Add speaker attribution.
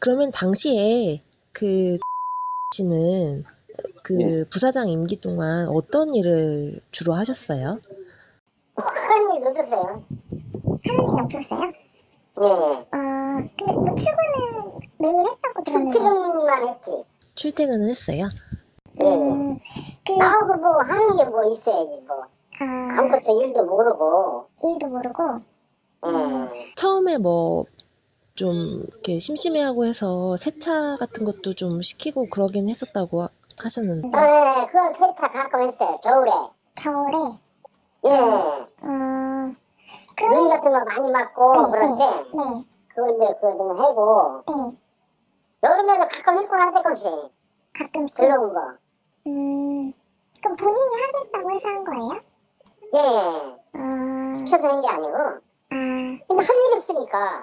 Speaker 1: 그러면 당시에 그 씨는 그
Speaker 2: 예.
Speaker 1: 부사장 임기 동안 어떤 일을 주로 하셨어요?
Speaker 3: 그런 일도 없었어요.
Speaker 4: 하는 일이 없었어요?
Speaker 3: 예, 예.
Speaker 4: 어, 근데 뭐 출근은 매일 했다고 들었는데.
Speaker 3: 출퇴근만 했지.
Speaker 1: 출퇴근은 했어요?
Speaker 3: 예, 예.
Speaker 4: 음, 그,
Speaker 3: 나하고 뭐 하는 게 뭐 있어야지 뭐.
Speaker 4: 아,
Speaker 3: 아무것도 일도 모르고.
Speaker 4: 일도 모르고.
Speaker 3: 예.
Speaker 1: 처음에 뭐 좀 이렇게 심심해하고 해서 세차 같은 것도 좀 시키고 그러긴 했었다고 하- 하셨는데
Speaker 3: 예, 그건 세차 가끔 했어요. 겨울에.
Speaker 4: 겨울에,
Speaker 3: 예.
Speaker 4: 어,
Speaker 3: 눈
Speaker 4: 그런,
Speaker 3: 같은 거 많이 맞고 그렇지.
Speaker 4: 네, 네,
Speaker 3: 그걸 이제 그거 좀 하고.
Speaker 4: 네.
Speaker 3: 여름에도 가끔 했구나 조금씩.
Speaker 4: 가끔씩.
Speaker 3: 들러온 거.
Speaker 4: 음, 그럼 본인이 하겠다고 해서 한 거예요?
Speaker 3: 예, 예.
Speaker 4: 어,
Speaker 3: 시켜서 한 게 아니고.
Speaker 4: 아,
Speaker 3: 근데 할 일이 없으니까.